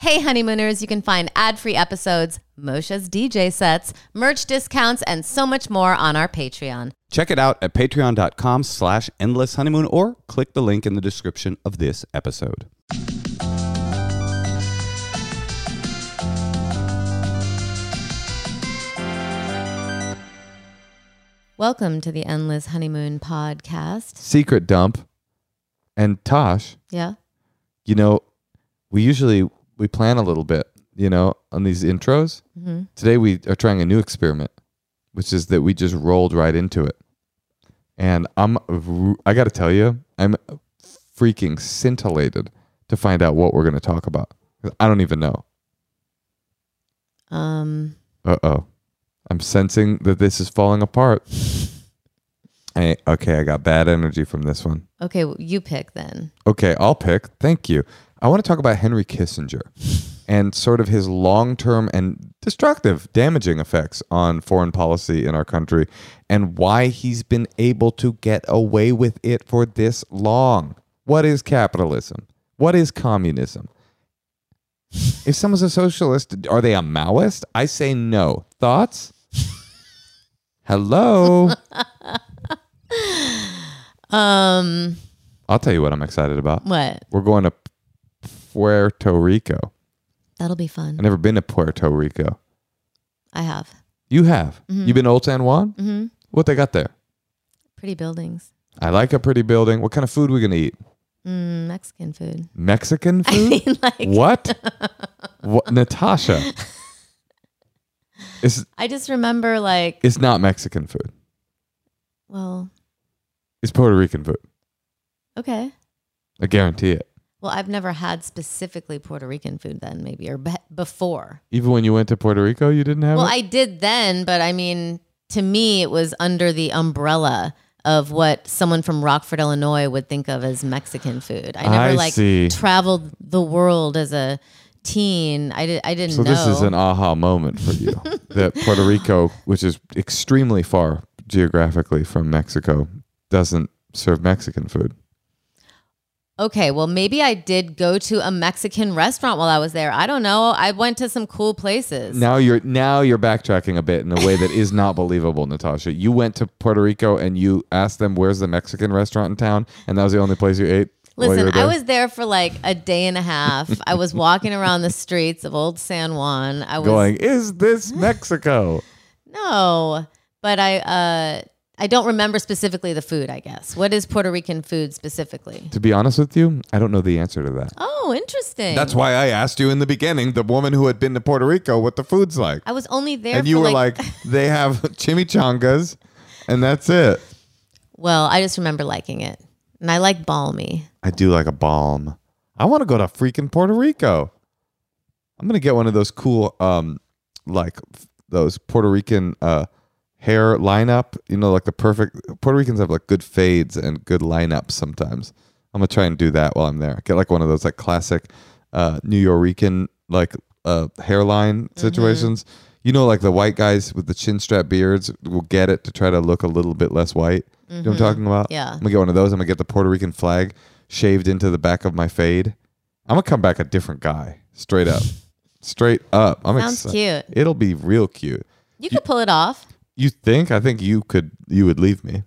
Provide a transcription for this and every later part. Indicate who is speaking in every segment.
Speaker 1: Hey Honeymooners, you can find ad-free episodes, Moshe's DJ sets, merch discounts, and so much more on our Patreon.
Speaker 2: Check it out at patreon.com slash endless honeymoon or click the link in the description of this episode.
Speaker 1: Welcome to the Endless Honeymoon podcast.
Speaker 3: secret dump. And Tosh,
Speaker 1: Yeah.
Speaker 3: you know, we usually we plan a little bit, you know, on these intros. Today we are trying a new experiment, which is that we just rolled right into it. And I'm r- I got to tell you, I'm freaking scintillated to find out what we're going to talk about. I don't even know.
Speaker 1: Um,
Speaker 3: Uh oh. I'm sensing that this is falling apart. I, okay, I got bad energy from this one.
Speaker 1: okay, well, you pick then.
Speaker 3: Okay, I'll pick. Thank you. I want to talk about Henry Kissinger and sort of his long term and destructive, damaging effects on foreign policy in our country and why he's been able to get away with it for this long. What is capitalism? What is communism? If someone's a socialist, are they a Maoist? I say no. Thoughts? Hello.
Speaker 1: Um,
Speaker 3: I'll tell you what I'm excited about.
Speaker 1: what?
Speaker 3: We're going to Puerto Rico.
Speaker 1: That'll be fun.
Speaker 3: I've never been to Puerto Rico.
Speaker 1: I have
Speaker 3: You have. You've been to Old San Juan? Mm-hmm. What they got there?
Speaker 1: pretty buildings.
Speaker 3: I like a pretty building. What kind of food we going to eat?
Speaker 1: Mm, Mexican food.
Speaker 3: Mexican
Speaker 1: I
Speaker 3: food?
Speaker 1: mean, like,
Speaker 3: what? what? Natasha. It's,
Speaker 1: I just remember, like,
Speaker 3: it's not Mexican food.
Speaker 1: well,
Speaker 3: It's Puerto Rican food.
Speaker 1: okay.
Speaker 3: I guarantee it.
Speaker 1: Well, I've never had specifically Puerto Rican food then, maybe, or be- before.
Speaker 3: Even when you went to Puerto Rico, you didn't have
Speaker 1: Well,
Speaker 3: it?
Speaker 1: I did then, but I mean, to me, it was under the umbrella of what someone from Rockford, Illinois would think of as Mexican food. I never
Speaker 3: I
Speaker 1: like
Speaker 3: see.
Speaker 1: traveled the world as a teen. I, did, I didn't
Speaker 3: so
Speaker 1: know.
Speaker 3: this is an aha moment for you that Puerto Rico, which is extremely far geographically from Mexico, doesn't serve Mexican food.
Speaker 1: Okay, well, maybe I did go to a Mexican restaurant while I was there. I don't know. I went to some cool places.
Speaker 3: Now you're now you're backtracking a bit in a way that is not believable, Natasha. You went to Puerto Rico and you asked them where's the Mexican restaurant in town, and that was the only place you ate. while you
Speaker 1: Listen,
Speaker 3: were
Speaker 1: I
Speaker 3: there?
Speaker 1: was there for like a day and a half. I was walking around the streets of Old San Juan. I was
Speaker 3: going. Is this Mexico?
Speaker 1: No, but I uh I don't remember specifically the food, I guess. What is Puerto Rican food specifically?
Speaker 3: to be honest with you, I don't know the answer to that.
Speaker 1: Oh, interesting.
Speaker 3: That's why I asked you in the beginning, the woman who had been to Puerto Rico, what the food's like,
Speaker 1: I was only there
Speaker 3: and
Speaker 1: for
Speaker 3: you were like, they have chimichangas, and that's it.
Speaker 1: Well, I just remember liking it. And I like balmy.
Speaker 3: I do like a balm. I want to go to freaking Puerto Rico. I'm gonna get one of those cool, um, like f- those Puerto Rican uh hair lineup. You know, like the perfect Puerto Ricans have like good fades and good lineups sometimes. I'm gonna try and do that while I'm there. Get like one of those like classic uh New Yorican like uh hairline situations. You know, like the white guys with the chin strap beards will get it to try to look a little bit less white. You know what I'm talking about?
Speaker 1: Yeah.
Speaker 3: I'm gonna get one of those. I'm gonna get the Puerto Rican flag shaved into the back of my fade. I'm gonna come back a different guy, straight up, straight up. I'm
Speaker 1: Sounds
Speaker 3: excited. It'll be real cute.
Speaker 1: You could pull it off.
Speaker 3: You think? I think you could. You would leave me.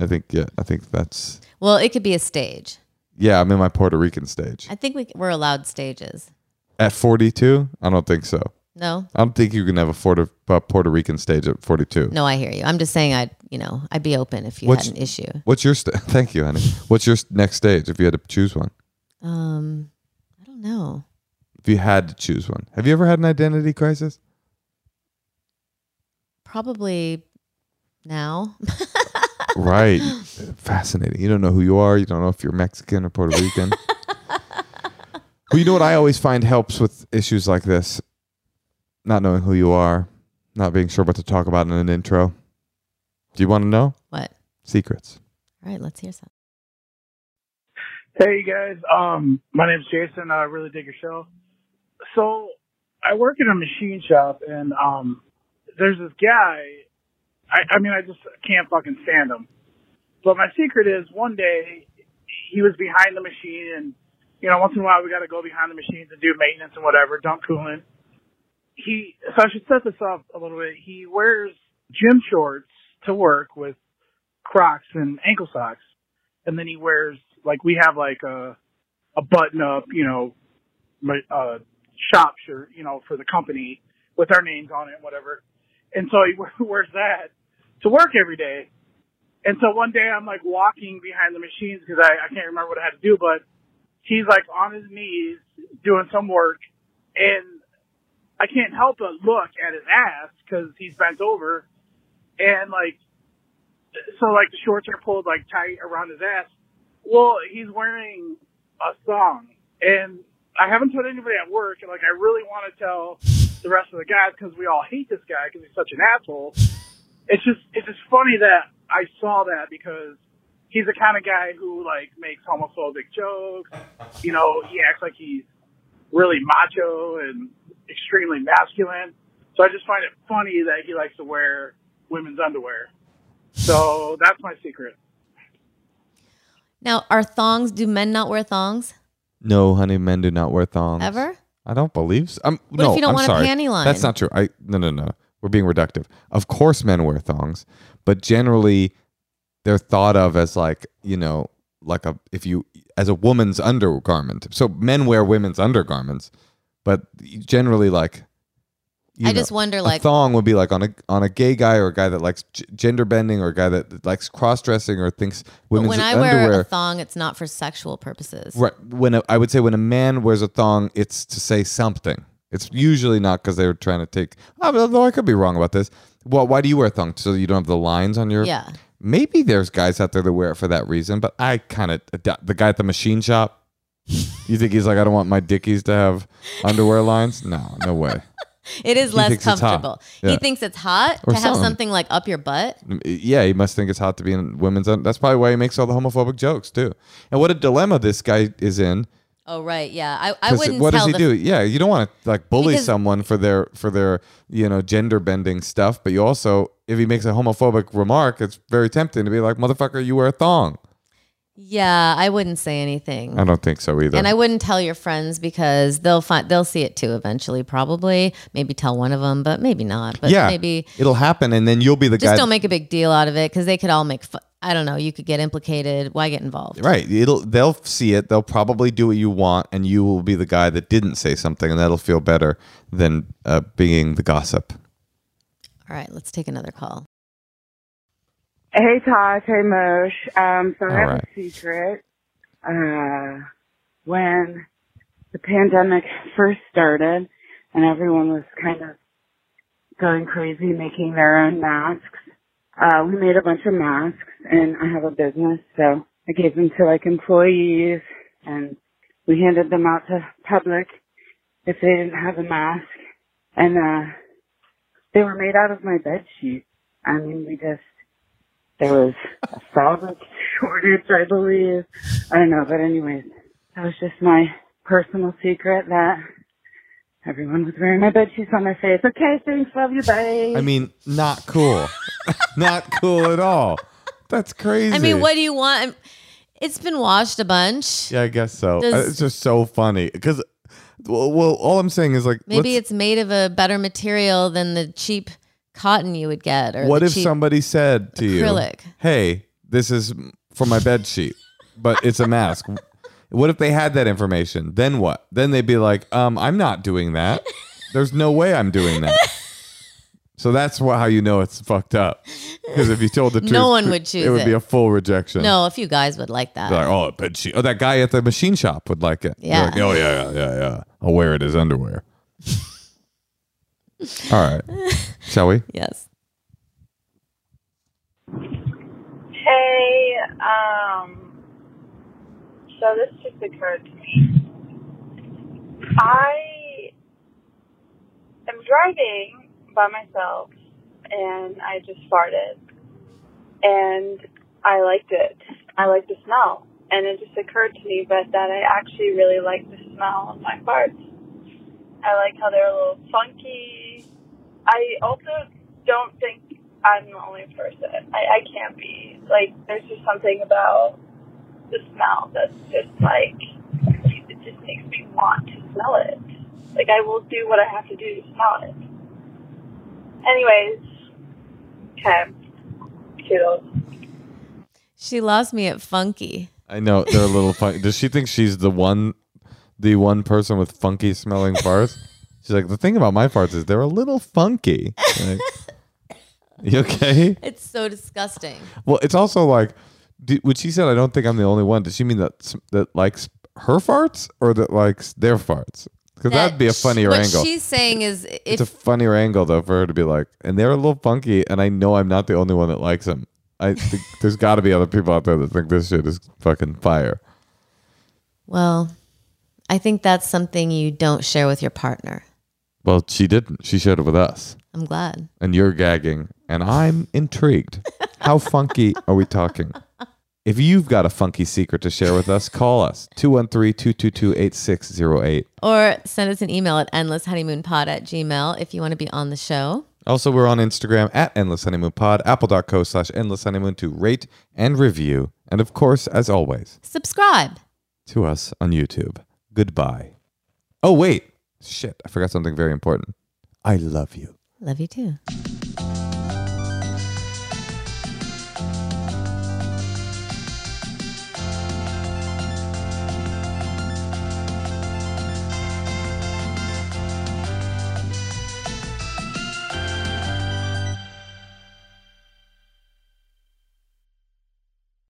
Speaker 3: I think. Yeah. I think that's.
Speaker 1: Well, it could be a stage.
Speaker 3: Yeah. I'm in my Puerto Rican stage
Speaker 1: I think we, we're allowed stages.
Speaker 3: at 42. I don't think so.
Speaker 1: No?
Speaker 3: I don't think you can have a Puerto, a Puerto Rican stage at 42.
Speaker 1: No, I hear you. I'm just saying I'd, you know, I'd be open if you
Speaker 3: What's-
Speaker 1: had an issue.
Speaker 3: What's your st- thank you, honey? What's your st- next stage if you had to choose one?
Speaker 1: Um, I don't know.
Speaker 3: If you had to choose one, have you ever had an identity crisis?
Speaker 1: Probably now.
Speaker 3: right. Fascinating. You don't know who you are. You don't know if you're Mexican or Puerto Rican. well, you know what I always find helps with issues like this? Not knowing who you are, not being sure what to talk about in an intro. Do you want to know?
Speaker 1: What?
Speaker 3: Secrets.
Speaker 1: All right, let's hear some.
Speaker 4: Hey, you guys. Um, my name's Jason. I really dig your show. So, I work in a machine shop, and um, there's this guy. I, I mean, I just can't fucking stand him. But my secret is, one day he was behind the machine, and you know, once in a while we got to go behind the machines and do maintenance and whatever, dump coolant. He, so I should set this up a little bit. He wears gym shorts to work with Crocs and ankle socks, and then he wears like we have like a a button up, you know, my- uh, shop shirt, you know, for the company with our names on it, and whatever. And so he we- wears that to work every day. And so one day I'm like walking behind the machines because I, I can't remember what I had to do, but he's like on his knees doing some work and I can't help but look at his ass because he's bent over and like, so like the shorts are pulled like tight around his ass. Well, he's wearing a thong and I haven't told anybody at work and like I really want to tell the rest of the guys because we all hate this guy because he's such an asshole it's just it's just funny that I saw that because he's the kind of guy who like makes homophobic jokes. You know, he acts like he's really macho and extremely masculine. So I just find it funny that he likes to wear women's underwear. So that's my secret.
Speaker 1: Now, are thongs? Do men not wear thongs
Speaker 3: No, honey, men do not wear thongs.
Speaker 1: ever?
Speaker 3: I don't believe so. I'm,
Speaker 1: What
Speaker 3: no,
Speaker 1: if you don't
Speaker 3: I'm
Speaker 1: want
Speaker 3: sorry.
Speaker 1: a panty line?
Speaker 3: That's not true. I no no no. We're being reductive. Of course, men wear thongs, but generally, they're thought of as like you know, like a if you as a woman's undergarment. So men wear women's undergarments, but generally, like you
Speaker 1: I
Speaker 3: know,
Speaker 1: just wonder,
Speaker 3: a
Speaker 1: like,
Speaker 3: thong would be like on a on a gay guy or a guy that likes g- gender bending or a guy that likes cross dressing or thinks
Speaker 1: but
Speaker 3: women's
Speaker 1: when I
Speaker 3: underwear.
Speaker 1: wear a thong, it's not for sexual purposes.
Speaker 3: Right. When a, I would say when a man wears a thong, it's to say something. It's usually not because they were trying to take. Although I could be wrong about this. Well, why do you wear a thong so you don't have the lines on your?
Speaker 1: Yeah.
Speaker 3: Maybe there's guys out there that wear it for that reason, but I kind of the guy at the machine shop. You think he's like, I don't want my dickies to have underwear lines? No, no way.
Speaker 1: It is
Speaker 3: He
Speaker 1: less
Speaker 3: thinks it's hot.
Speaker 1: comfortable. He
Speaker 3: Yeah.
Speaker 1: thinks it's hot
Speaker 3: Or
Speaker 1: to have
Speaker 3: something.
Speaker 1: something like up your butt.
Speaker 3: yeah, he must think it's hot to be in women's. Un- That's probably why he makes all the homophobic jokes too. And what a dilemma this guy is in.
Speaker 1: Oh right, yeah. I, I
Speaker 3: 'Cause
Speaker 1: wouldn't
Speaker 3: what
Speaker 1: tell
Speaker 3: does he
Speaker 1: the
Speaker 3: do? Yeah, you don't want to like bully
Speaker 1: Because-
Speaker 3: someone for their for their you know gender bending stuff, but you also if he makes a homophobic remark, it's very tempting to be like, "Motherfucker, you wear a thong."
Speaker 1: Yeah, I wouldn't say anything.
Speaker 3: I don't think so either.
Speaker 1: And I wouldn't tell your friends because they'll find they'll see it too eventually. Probably, maybe tell one of them, but maybe not. But
Speaker 3: yeah,
Speaker 1: maybe
Speaker 3: it'll happen, and then you'll be the
Speaker 1: just
Speaker 3: guy.
Speaker 1: don't make a big deal out of it because they could all make. Fun. I don't know. You could get implicated. Why get involved?
Speaker 3: right? It'll they'll see it. They'll probably do what you want, and you will be the guy that didn't say something, and that'll feel better than uh, being the gossip.
Speaker 1: All right, let's take another call.
Speaker 5: Hey Tosh, hey Mosh. Um, so I
Speaker 3: All
Speaker 5: have
Speaker 3: right.
Speaker 5: a secret. Uh, when the pandemic first started and everyone was kind of going crazy making their own masks, uh, we made a bunch of masks and I have a business, so I gave them to like employees and we handed them out to public if they didn't have a mask and, uh, they were made out of my bed sheet. I mean, we just, there was a solvent shortage, I believe. I don't know, but anyways, that was just my personal secret that everyone was wearing my bed sheets on their face. Okay, thanks, love you, bye.
Speaker 3: I mean, not cool, not cool at all. That's crazy.
Speaker 1: I mean, what do you want? I'm- It's been washed a bunch.
Speaker 3: Yeah, I guess so.
Speaker 1: Does-
Speaker 3: it's just so funny because, well, well, all I'm saying is like,
Speaker 1: Maybe
Speaker 3: let's-
Speaker 1: it's made of a better material than the cheap cotton you would get, or
Speaker 3: what
Speaker 1: the
Speaker 3: if
Speaker 1: cheap-
Speaker 3: somebody said to
Speaker 1: acrylic.
Speaker 3: you, "Hey, this is for my bed sheet, but it's a mask." what if they had that information? Then what? Then they'd be like, "Um, I'm not doing that. There's no way I'm doing that." So that's wh- how you know it's fucked up. Because if you told the
Speaker 1: No
Speaker 3: truth,
Speaker 1: one
Speaker 3: th-
Speaker 1: would choose
Speaker 3: It would be
Speaker 1: it.
Speaker 3: a full rejection.
Speaker 1: No, a few guys would like that.
Speaker 3: They're like, oh, bed sheet. Oh, that guy at the machine shop would like it. They're
Speaker 1: Yeah.
Speaker 3: like, oh, yeah, yeah, yeah, yeah. I'll wear it as underwear. All right. Shall we?
Speaker 1: Yes.
Speaker 6: Hey, um, so this just occurred to me. I am driving by myself and I just farted and I liked it. I liked the smell. And it just occurred to me but that I actually really like the smell of my farts. I like how they're a little funky. I also don't think I'm the only person. I, I can't be. Like, there's just something about the smell that's just like, it just makes me want to smell it. Like I will do what I have to do to smell it. Anyways, okay, toodles.
Speaker 1: She lost me at funky.
Speaker 3: I know they're a little funky. Does she think she's the one, the one person with funky smelling farts? She's like, the thing about my farts is they're a little funky. Like, you okay?
Speaker 1: It's so disgusting.
Speaker 3: Well, it's also like, d when she said, "I don't think I'm the only one," does she mean that s- that likes her farts or that likes their farts? Because that'd be a
Speaker 1: sh-
Speaker 3: funnier
Speaker 1: what
Speaker 3: angle.
Speaker 1: she's saying is if
Speaker 3: It's a funnier angle though for her to be like, and they're a little funky, and I know I'm not the only one that likes them. I think there's got to be other people out there that think this shit is fucking fire.
Speaker 1: well, I think that's something you don't share with your partner.
Speaker 3: Well, she didn't. She shared it with us.
Speaker 1: I'm glad.
Speaker 3: and you're gagging, and I'm intrigued. How funky are we talking? If you've got a funky secret to share with us, call us 213 222 8608.
Speaker 1: Or send us an email at endlesshoneymoonpod at gmail if you want to be on the show.
Speaker 3: Also, we're on Instagram at Endless Honeymoon Pod, apple.co slash Endless Honeymoon to rate and review. And of course, as always,
Speaker 1: Subscribe.
Speaker 3: to us on YouTube. Goodbye. Oh, wait. Shit, I forgot something very important. I love you.
Speaker 1: Love you too.